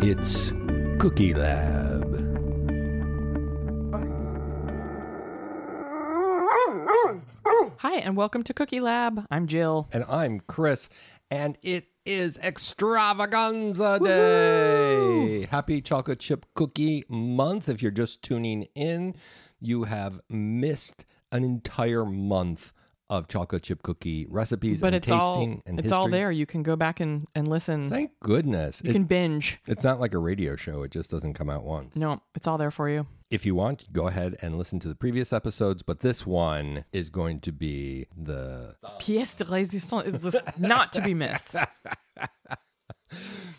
It's Cookie Lab. Hi, and welcome to Cookie Lab. I'm Jill. And I'm Chris, and it is Extravaganza Day. Happy Chocolate Chip Cookie Month. If you're just tuning in, you have missed an entire month of chocolate chip cookie recipes But and it's tasting all and it's all history. there. You can go back and, and listen. Thank goodness. you It- can binge. it's not like a radio show, it just doesn't come out once. No, it's all there for you. If you want, go ahead and listen to the previous episodes, but this one is going to be the Pièce de résistance is just not to be missed.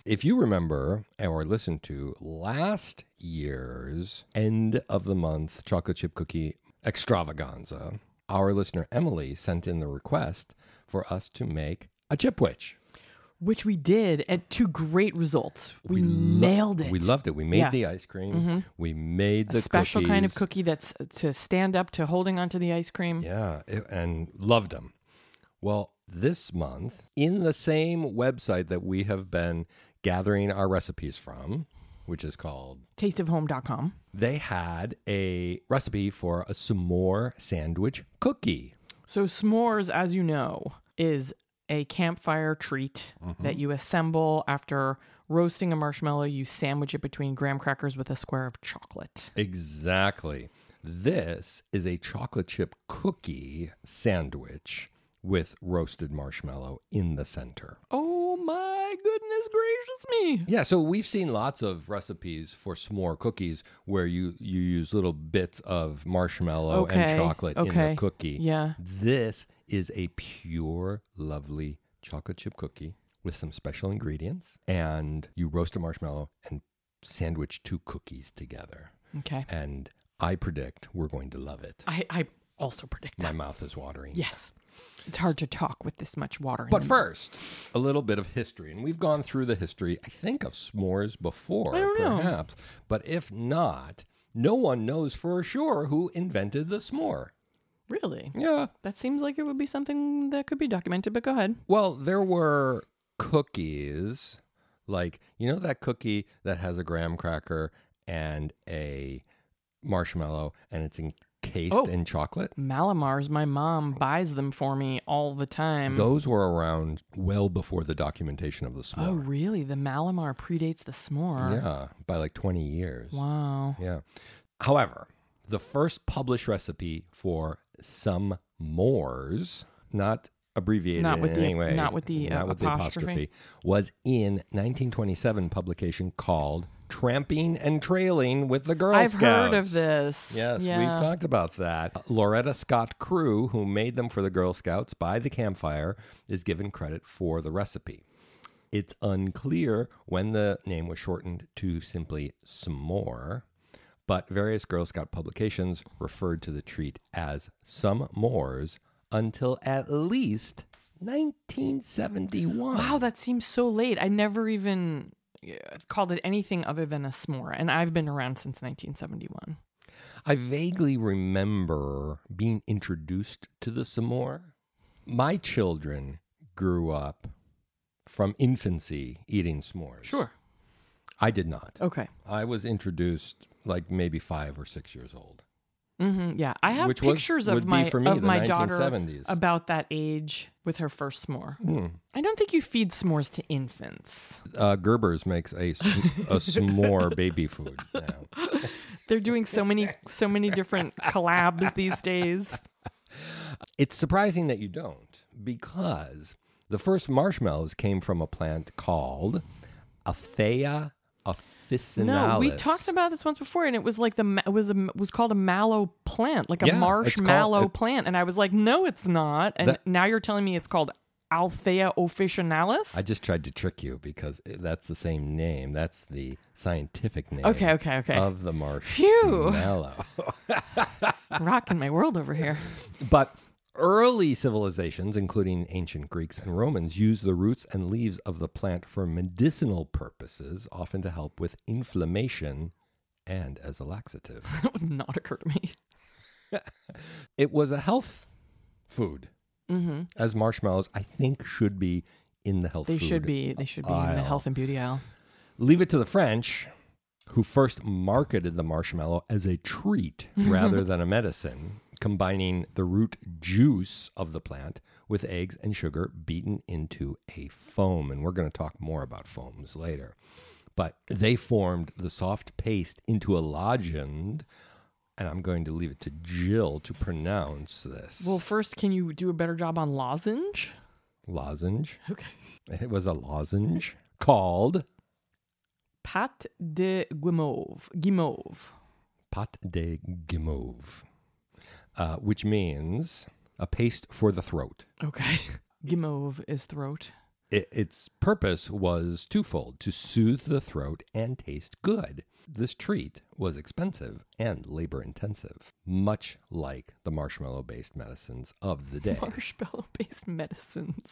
If you remember or listened to last year's end of the month chocolate chip cookie extravaganza, our listener Emily sent in the request for us to make a chip witch. Which we did at two great results. We, lo- nailed it. We loved it. We made Yeah. Mm-hmm. the ice cream. We made the a special kind of cookies. cookie that's uh, to stand up to holding onto the ice cream. Yeah, it- and loved them. Well, this month, in the same website that we have been gathering our recipes from, which is called Tasteofhome.com. they had a recipe for a s'more sandwich cookie. So s'mores, as you know, is a campfire treat Mm-hmm. that you assemble after roasting a marshmallow. You sandwich it between graham crackers with a square of chocolate. Exactly. This is a chocolate chip cookie sandwich with roasted marshmallow in the center. Oh my goodness gracious me! Yeah, so we've seen lots of recipes for s'more cookies where you you use little bits of marshmallow Okay, and chocolate in okay, the cookie. yeah. This is a pure lovely chocolate chip cookie with some special ingredients and you roast a marshmallow and sandwich two cookies together. Okay, And I predict we're going to love it. I, I also predict that. My mouth is watering. Yes, it's hard to talk with this much water. in But your- first, a little bit of history. And we've gone through the history, I think, of s'mores before, don't know. perhaps. But if not, no one knows for sure who invented the s'more. really, Yeah. that seems like it would be something that could be documented. But go ahead. Well, there were cookies, like, you know, that cookie that has a graham cracker and a marshmallow and it's encased Oh. in chocolate? Malamars, my mom buys them for me all the time. Those were around well before the documentation of the s'more. oh, really? The Malamar predates the s'more. Yeah, by like 20 years. Wow. Yeah. However, the first published recipe for some mores, not abbreviated Not with in the- any way, not with the, uh, not with apostrophe. the apostrophe, was in 1927 publication called "Tramping and Trailing with the Girl I've Scouts." heard of this. Yes, Yeah. we've talked about that. Loretta Scott Crew, who made them for the Girl Scouts by the campfire, is given credit for the recipe. It's unclear when the name was shortened to simply s'more, but various Girl Scout publications referred to the treat as some mores until at least 1971. Wow, that seems so late. I never even uh, called it anything other than a s'more, and I've been around since 1971. I vaguely remember being introduced to the s'more. My children grew up from infancy eating s'mores. Sure. I did not. Okay. I was introduced like maybe five or six years old. hmm yeah, I have Which was- pictures would of be my for me, of the my daughter 1970s. about that age with her first s'more. Hmm. I don't think you feed s'mores to infants. Uh, Gerber's makes a, s- a s'more baby food now. They're doing so many so many different collabs these days. It's surprising that you don't because the first marshmallows came from a plant called Aphea officinalis. No, we talked about this once before, and it was like the ma- it was a it was called a mallow plant, like a Yeah, it's called- marshmallow it- plant, and I was like, no, it's not. And That- now you're telling me it's called Althea officinalis. I just tried to trick you because that's the same name. That's the scientific name. Okay, okay, okay. Of the marshmallow. Rocking my world over here. but early civilizations, including ancient Greeks and Romans, used the roots and leaves of the plant for medicinal purposes, often to help with inflammation and as a laxative. that would not occur to me. it was a health food, mm-hmm. as marshmallows, I think, should be in the health They food should be. They should be in the aisle. health and beauty aisle. Leave it to the French, who first marketed the marshmallow as a treat rather than a medicine, combining the root juice of the plant with eggs and sugar beaten into a foam. And we're going to talk more about foams later. But they formed the soft paste into a lozenge. And I'm going to leave it to Jill to pronounce this. Well, first, can you do a better job on lozenge? lozenge. Okay. It was a lozenge called Pâte de guimauve. Guimauve. pâte de guimauve, uh, which means a paste for the throat. Okay. Guimauve is throat. I its purpose was twofold to soothe the throat and taste good. This treat was expensive and labor intensive, much like the marshmallow based medicines of the day. Marshmallow based medicines.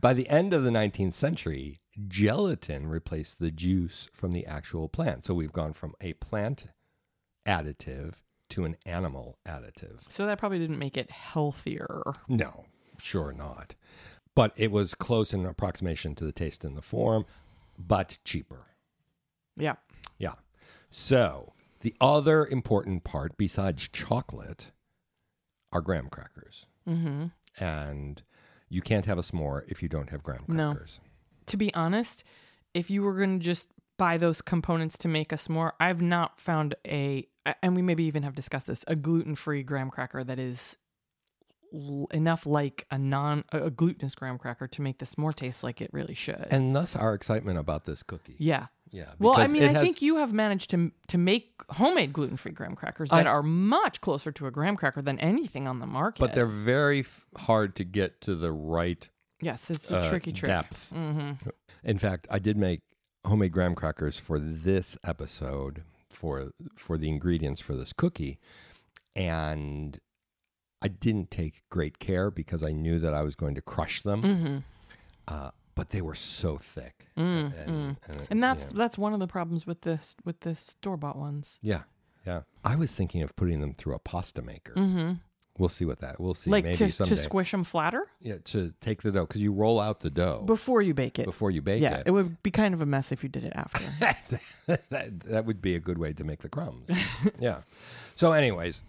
By the end of the 19th century, gelatin replaced the juice from the actual plant. So we've gone from a plant additive to an animal additive. so that probably didn't make it healthier. No, sure not. But it was close in approximation to the taste and the form, but cheaper. Yeah. Yeah. So the other important part besides chocolate are graham crackers. Mm-hmm. And you can't have a s'more if you don't have graham No. crackers. To be honest, if you were going to just buy those components to make a s'more, I've not found a, and we maybe even have discussed this, a gluten free graham cracker that is l- enough like a non a a glutinous graham cracker to make the s'more taste like it really should. And thus our excitement about this cookie. yeah. Yeah. Well, I because mean, it I has- think you have managed to to make homemade gluten free graham crackers that I- are much closer to a graham cracker than anything on the market. but they're very f- hard to get to the right yes, it's a uh, tricky trick. depth. hmm In fact, I did make homemade graham crackers for this episode for for the ingredients for this cookie, and I didn't take great care because I knew that I was going to crush them. Mm-hmm. Uh, but they were so thick, and, and- Mm, And that's yeah. that's one of the problems with this with the store bought ones. yeah, yeah. I was thinking of putting them through a pasta maker. Mm-hmm. We'll see what that. We'll see. Like Maybe to someday. to squish them flatter yeah, to take the dough because you roll out the dough before you bake it. before you bake yeah, it. it. would be kind of a mess if you did it after. that, that would be a good way to make the crumbs. yeah. So, anyways,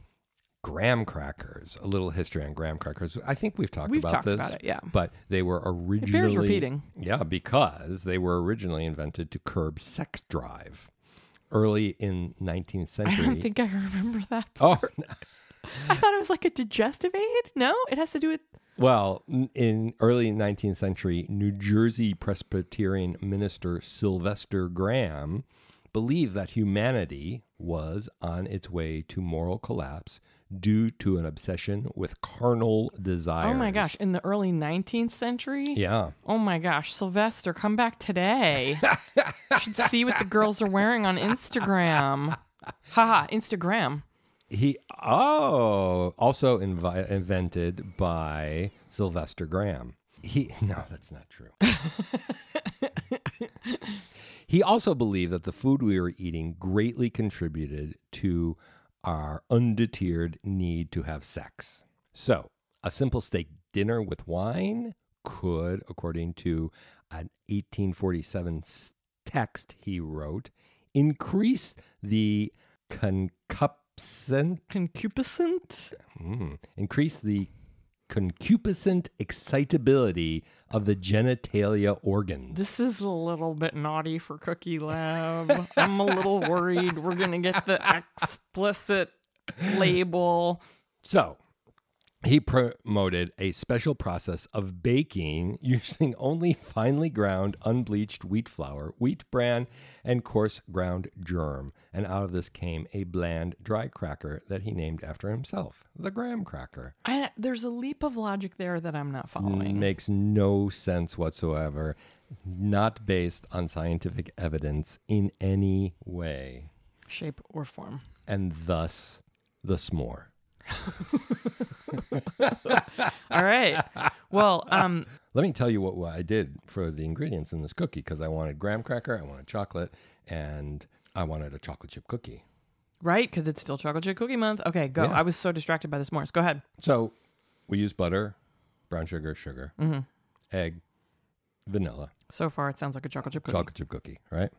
graham crackers. A little history on graham crackers. I think we've talked We've about talked this. about it, yeah. But they were originally. repeating. Yeah, because they were originally invented to curb sex drive. Early in 19th I century. don't think I remember that. Oh, I thought it was like a digestive aid. No, it has to do with oh well, n- in early 19th century, New Jersey Presbyterian minister Sylvester Graham believed that humanity was on its way to moral collapse due to an obsession with carnal desires. Oh my gosh, in the early 19th century? Yeah. Oh my gosh, Sylvester, come back today. Should see what the girls are wearing on Instagram. Haha, Instagram. He oh, also invi- invented by Sylvester Graham. He no, that's not true. he also believed that the food we were eating greatly contributed to our undeterred need to have sex. So, a simple steak dinner with wine could, according to an 1847 s- text he wrote, increase the concupiscent Concupiscent? Mm. Increase the concupiscent excitability of the genitalia organs. This is a little bit naughty for Cookie Lab. I'm a little worried we're going to get the explicit label. So, he promoted a special process of baking using only finely ground unbleached wheat flour, wheat bran, and coarse ground germ. And out of this came a bland dry cracker that he named after himself, the graham cracker. I, there's a leap of logic there that I'm not following. makes no sense whatsoever, not based on scientific evidence in any way, Shape or form. and thus the s'more. All right. Well, um, Let me tell you what, what I did for the ingredients in this cookie because I wanted graham cracker, I wanted chocolate, and I wanted a chocolate chip cookie. Right, because it's still chocolate chip cookie month. Okay, go. Yeah. I was so distracted by this Morris. Go ahead. So we use butter, brown sugar, sugar, egg, vanilla, So far, it sounds like a chocolate chip cookie. chocolate chip cookie, right?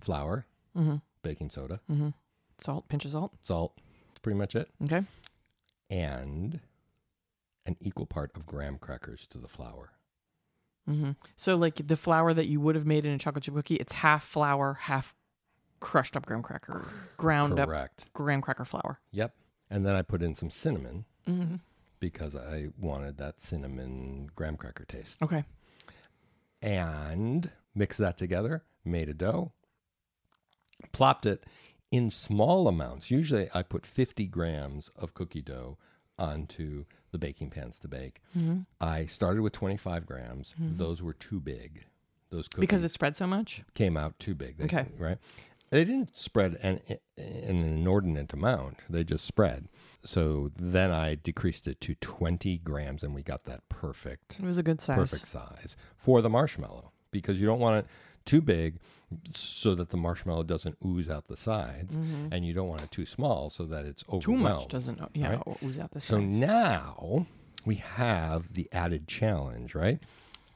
Flour, baking soda, Salt, pinch of salt. salt. That's pretty much it. Okay. And an equal part of graham crackers to the flour. So, like the flour that you would have made in a chocolate chip cookie, it's half flour, half crushed up graham cracker, ground up Correct. graham cracker flour. Yep. And then I put in some cinnamon Mm-hmm. because I wanted that cinnamon graham cracker taste. Okay. And mixed that together, made a dough, plopped it in small amounts. Usually I put 50 grams of cookie dough onto the baking pans to bake. Mm-hmm. I started with 25 grams. Those were too big. Those cookies Because it spread so much. came out too big. They- Okay. Right. They didn't spread an, an inordinate amount. They just spread. So then I decreased it to 20 grams and we got that perfect, It was a good size. perfect size for the marshmallow because you don't want it too big so that the marshmallow doesn't ooze out the sides and you don't want it too small so that it's Mm-hmm. Too overwhelmed. much doesn't yeah ooze out the So sides. now we have the added challenge, right?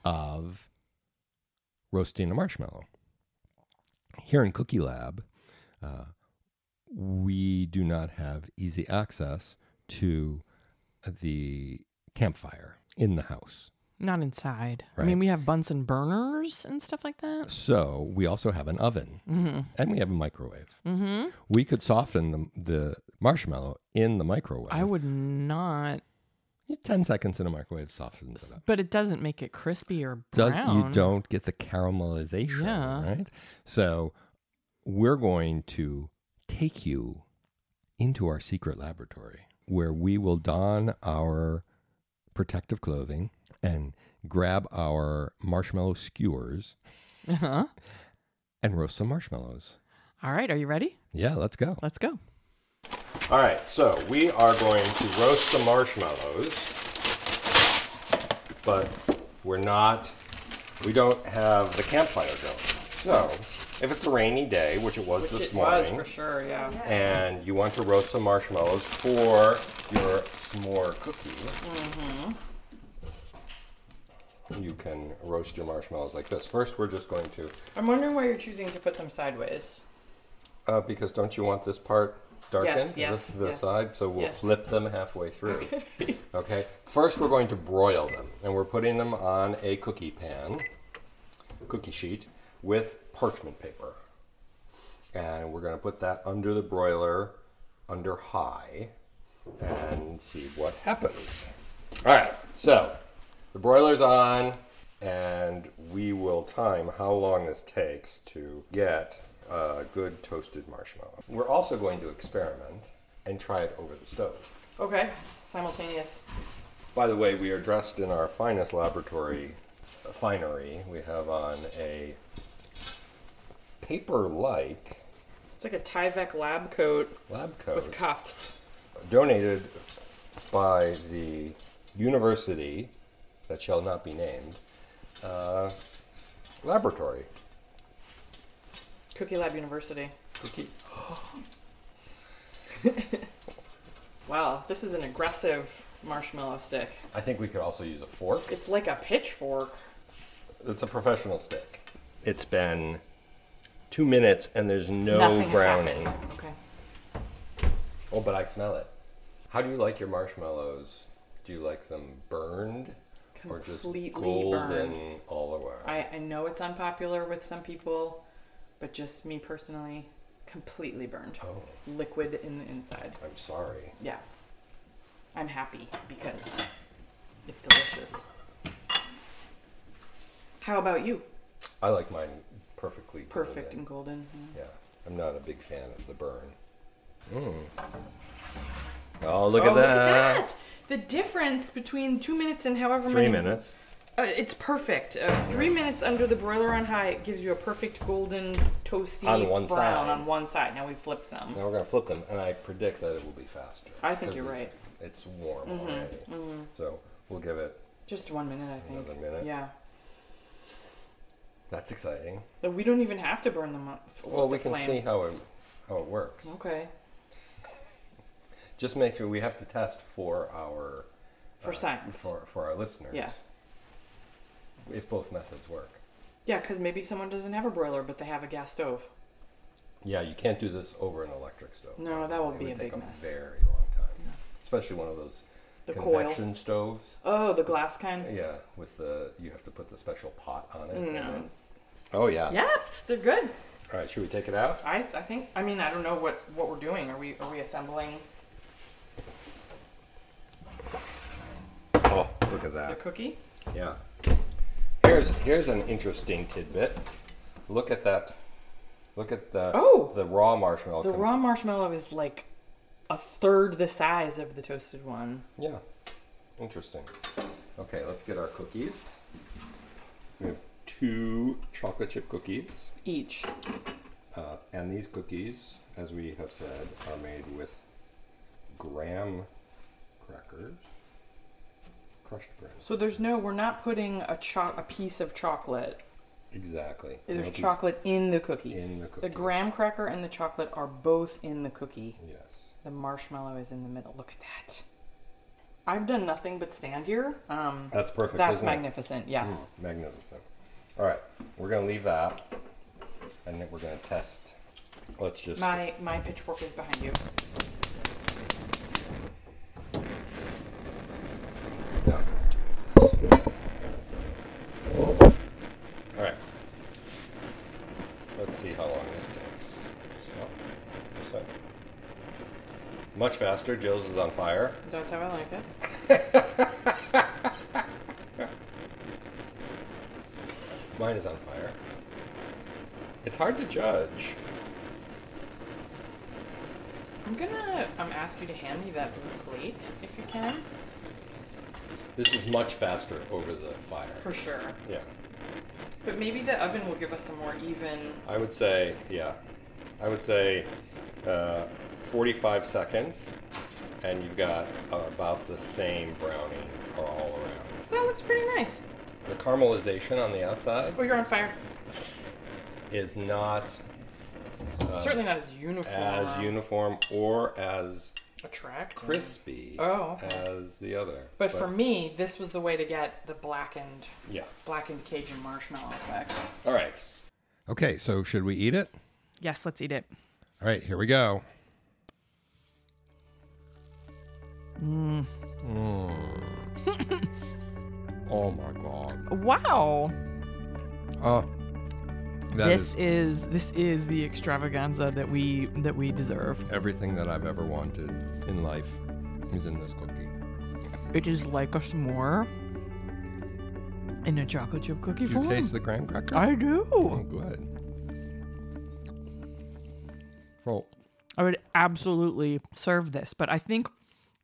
Of roasting a marshmallow. Here in Cookie Lab, uh, we do not have easy access to the campfire in the house. Not inside. I Right. mean, we have Bunsen burners and stuff like that. So we also have an oven and we have a microwave. Mm-hmm. We could soften the, the marshmallow in the microwave. I would not, 10 seconds in a microwave softens it up. but it doesn't make it crispy or does brown. you don't get the caramelization, Yeah. right? So we're going to take you into our secret laboratory where we will don our protective clothing and grab our marshmallow skewers Uh-huh. and roast some marshmallows. All right, are you ready? Yeah, let's go. Let's go. All right, so we are going to roast the marshmallows, but we're not, we don't have the campfire going. So, if it's a rainy day, which it was this morning, sure, yeah. and you want to roast some marshmallows for your s'more cookie, you can roast your marshmallows like this. First, we're just going to, I'm wondering why you're choosing to put them sideways. uh, because don't you want this part darkened? Yes, yes, this is the yes, side, so we'll yes. flip them halfway through. Okay. First, we're going to broil them, and we're putting them on a cookie pan, cookie sheet, with parchment paper. And we're going to put that under the broiler, under high, and see what happens. All right. So the broiler's on, and we will time how long this takes to get a good toasted marshmallow. We're also going to experiment and try it over the stove. Okay, simultaneous. By the way, we are dressed in our finest laboratory uh, finery. We have on a paper like It's like a Tyvek lab coat lab coat cuffs. donated by the university that shall not be named uh, laboratory. Cookie Lab University. Cookie. Wow, this is an aggressive marshmallow stick. I think we could also use a fork. It's like a pitchfork. It's a professional stick. It's been two minutes and there's no Okay. Oh, but I smell it. How do you like your marshmallows? Do you like them burned or just Completely golden burned. all around? I, I know it's unpopular with some people, but just me personally, completely burned. Oh, Liquid in the inside. I'm sorry. Yeah. I'm happy because it's delicious. How about you? I like mine perfectly. Perfect golden. and golden. Yeah, I'm not a big fan of the burn. Mm. Hmm. Oh, look at that! The difference between two minutes and however Three many minutes. Uh, it's perfect. Uh, three minutes under the broiler on high it gives you a perfect golden toasty On one brown side. on one side. Now we flipped them. Now we're gonna flip them, and I predict that it will be faster. I think 'cause you're Mm-hmm, it's- It's warm already, so we'll give it. Just one minute, I think. Another minute. Yeah. That's exciting. But we don't even have to burn them up. f- Well, we with the can flame. see how it how it works. Okay. Just make sure we have to test for our uh, For science. for for our listeners. Yeah. If both methods work. Yeah, because maybe someone doesn't have a broiler, but they have a gas stove. Yeah, you can't do this over an electric stove. No, that would It be a take big mess. Very long time, especially one of those The coil. convection stoves. Oh, the glass kind. Yeah, with the you have to put the special pot on it. and No. then- Oh yeah. Mm. Yes, they're good. All right, should we take it out? I, I think. I mean, I don't know what what we're doing. Are we are we assembling Oh, look at the that. cookie? Yeah. Here's here's an interesting tidbit. Look at that. Look at the Oh! the raw marshmallow. The com- raw marshmallow is like a third the size of the toasted one. Yeah. Interesting. Okay, let's get our cookies. We have two chocolate chip cookies. Each. Uh, and these cookies, as we have said, are made with graham crackers, crushed graham. So there's no. We're not putting a cho- a piece of chocolate. Exactly. There's Nope, chocolate in the cookie. in the cookie. The graham cracker and the chocolate are both in the cookie. Yes. The marshmallow is in the middle. Look at that. I've done nothing but stand here. Um, That's perfect. that's isn't it? Mm, magnificent. Yes. Magnificent. All right, we're gonna leave that, and then we're gonna test. Let's just. My my pitchfork is behind you. No. All right. Let's see how long this takes. Stop. Stop. Much faster. Jill's is on fire. That's how I like it. Mine is on fire. It's hard to judge. I'm gonna um, ask you to hand me that blue plate if you can. This is much faster over the fire. For sure. Yeah. But maybe the oven will give us a more even. I would say, yeah. I would say uh, 45 seconds, and you've got about the same brownie all around. That looks pretty nice. The caramelization on the outside Oh, you're on fire. is not Certainly not as uniform. Uh, as uniform or as attractive. crispy Oh, okay. as the other. But for me, this was the way to get the blackened, yeah. blackened Cajun marshmallow effect. All right. Okay, so should we eat it? Yes, let's eat it. All right, here we go. Mm. oh my god. Wow. Oh. that is this is this is the extravaganza that we that we deserve. everything that I've ever wanted in life is in this cookie. It is like a s'more in a chocolate chip cookie Do you form. taste the graham cracker? I Oh, do. good. Well, I would absolutely serve this, but I think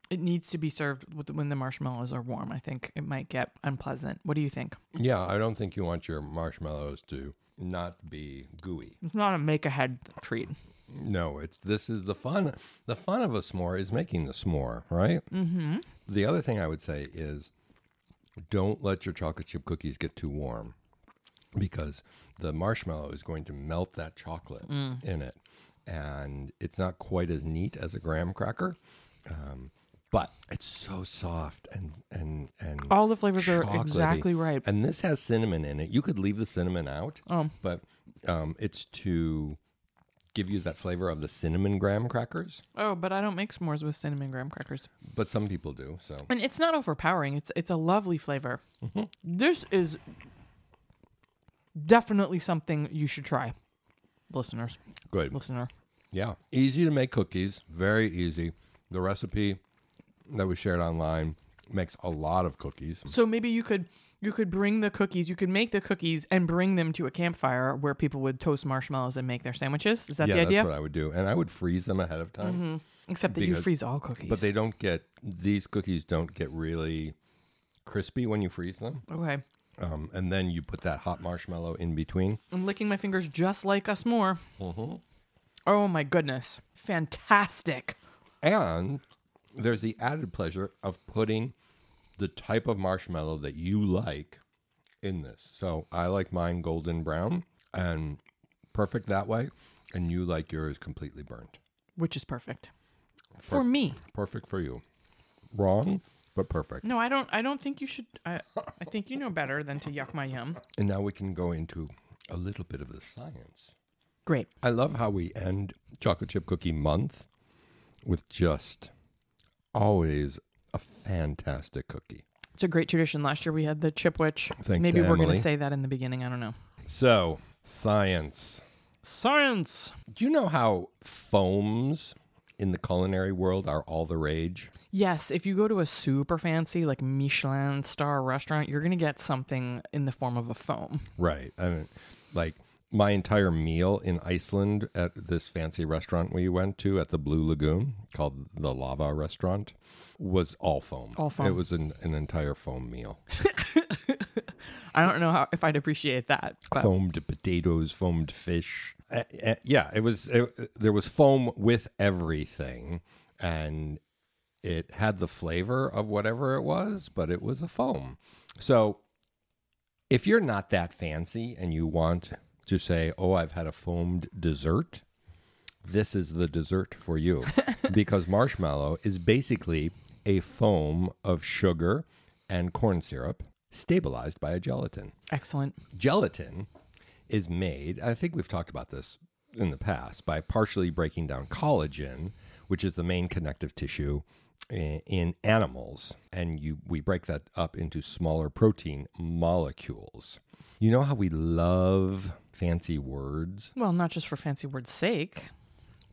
it needs to be served with, when the marshmallows are warm. I think it might get unpleasant. What do you think? yeah, I don't think you want your marshmallows to not be gooey. It's not a make ahead treat. No, it's this is the fun. The fun of a s'more is making the s'more, right? Mm-hmm. The other thing I would say is, don't let your chocolate chip cookies get too warm, because the marshmallow is going to melt that chocolate Mm. in it, and it's not quite as neat as a graham cracker, um, but it's so soft and and and All the flavors chocolatey. are exactly right. Oh. And this has cinnamon in it. You could leave the cinnamon out, but um, it's to give you that flavor of the cinnamon graham crackers. Oh, but I don't make s'mores with cinnamon graham crackers. But some people do. So And it's not overpowering. It's it's a lovely flavor. Mm-hmm. This is definitely something you should try, listeners. good. Listener, Yeah, easy to make cookies. Very easy. The recipe that was shared online makes a lot of cookies. so maybe you could you could bring the cookies. You could make the cookies and bring them to a campfire where people would toast marshmallows and make their sandwiches. Is that yeah, the idea? Mm-hmm. that's what I would do, and I would freeze them ahead of time. Except that you Because- freeze all cookies. But they don't get these cookies don't get really crispy when you freeze them. okay, Um, and then you put that hot marshmallow in between. I'm licking my fingers just like us more. Uh-huh. Oh my goodness, fantastic! And there's the added pleasure of putting the type of marshmallow that you like in this. So I like mine golden brown and perfect that way. And you like yours completely burnt. Which is perfect for me. Perfect for you. Wrong but perfect. No, I don't. I don't think you should. I, I think you know better than to yuck my yum. And now we can go into a little bit of the science. Great. I love how we end chocolate chip cookie month with just always a fantastic cookie. It's a great tradition. Last year we had the chip witch. Thanks Maybe to we're going Emily. to say that in the beginning. I don't know. So, science. Science. Do you know how foams in the culinary world are all the rage? Yes, if you go to a super fancy like Michelin star restaurant, you're going to get something in the form of a foam. Right. I mean, like my entire meal in Iceland at this fancy restaurant we went to at the Blue Lagoon called the Lava Restaurant was all foam. All foam. It was an, an entire foam meal. I don't know how if I'd appreciate that, but foamed potatoes, foamed fish. Uh, uh, yeah, it was. It, there was foam with everything, and it had the flavor of whatever it was, but it was a foam. So, if you're not that fancy and you want to say, "Oh, I've had a foamed dessert," this is the dessert for you, because marshmallow is basically a foam of sugar and corn syrup stabilized by a gelatin excellent. gelatin is made i think we've talked about this in the past by partially breaking down collagen which is the main connective tissue i- in animals and you we break that up into smaller protein molecules you know how we love fancy words Well, not just for fancy words' sake.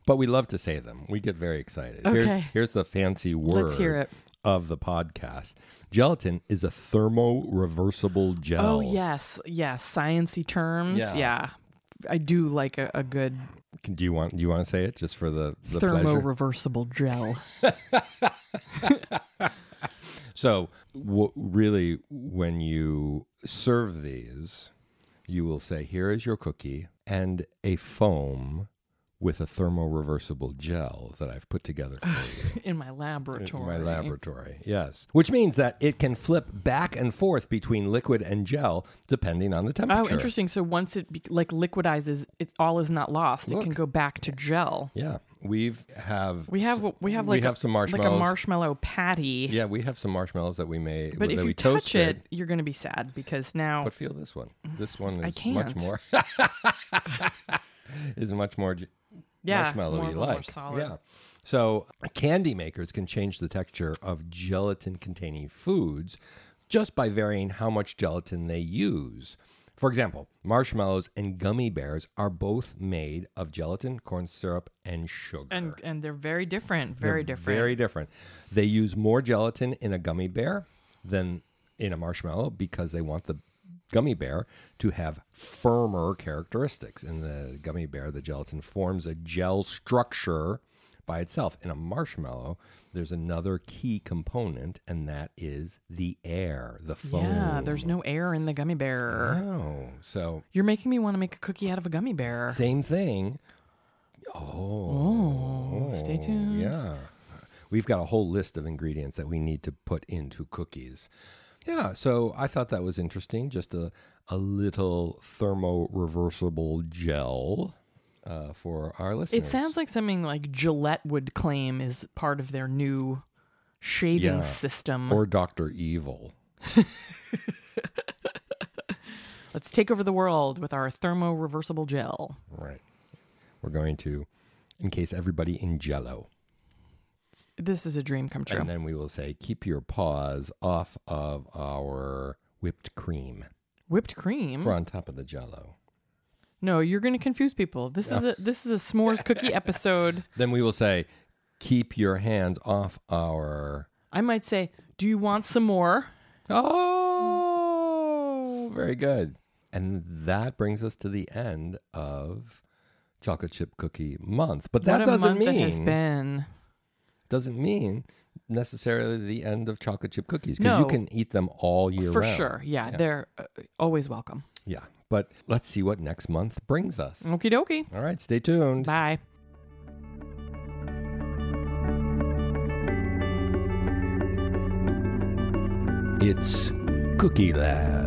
but we love to say them we get very excited here's, Okay. here's the fancy word Let's hear it. of the podcast gelatin is a thermoreversible gel Oh yes, yes, sciency terms. Yeah. Yeah, I do like a, a good Can- do you want do you want to say it just for the, the thermo pleasure reversible gel. So, w- really, when you serve these, you will say, Here is your cookie and a foam with a thermoreversible gel that I've put together for you in my laboratory. in my laboratory. Yes. Which means that it can flip back and forth between liquid and gel depending on the Oh, temperature. interesting. So once it be, like liquidizes, it all is not lost. It can go back to gel. Yeah. We've have We have we have like we have some a, like marshmallows. a marshmallow patty. yeah, we have some marshmallows that we made But that if we you touch toasted. it, you're going to be sad because now But feel this one. This one I is much can't. more is much more j- yeah, marshmallowy more, more like. solid. Yeah. So candy makers can change the texture of gelatin containing foods just by varying how much gelatin they use. For example, marshmallows and gummy bears are both made of gelatin, corn syrup, and sugar. and and they're very different, very different. Very different. They use more gelatin in a gummy bear than in a marshmallow because they want the gummy bear to have firmer characteristics. In the gummy bear, the gelatin forms a gel structure by itself. In a marshmallow, there's another key component, and that is the air, the foam. yeah, there's no air in the gummy bear. Oh, so You're making me want to make a cookie out of a gummy bear. same thing. Oh, stay tuned. Yeah. We've got a whole list of ingredients that we need to put into cookies. Yeah, so I thought that was interesting. Just a, a little thermo reversible gel uh, for our listeners. It sounds like something like Gillette would claim is part of their new shaving Yeah. system. or Dr. Evil. Let's take over the world with our thermo reversible gel. Right. We're going to encase everybody in jello. It's- This is a dream come true. And then we will say, keep your paws off of our whipped cream. Whipped cream? We're on top of the jello. No, you're going to confuse people. This is a this is a s'mores cookie episode. then we will say, keep your hands off our. I might say, "Do you want some more?" Oh, very good. And that brings us to the end of chocolate chip cookie month. But that what a doesn't month it has mean been. doesn't mean necessarily the end of chocolate chip cookies because you No. can eat them all year For round. sure. Yeah, they're uh, always welcome. Yeah. But let's see what next month brings us. Okie dokie. All right, stay tuned. Mm. Bye. It's Cookie Lab.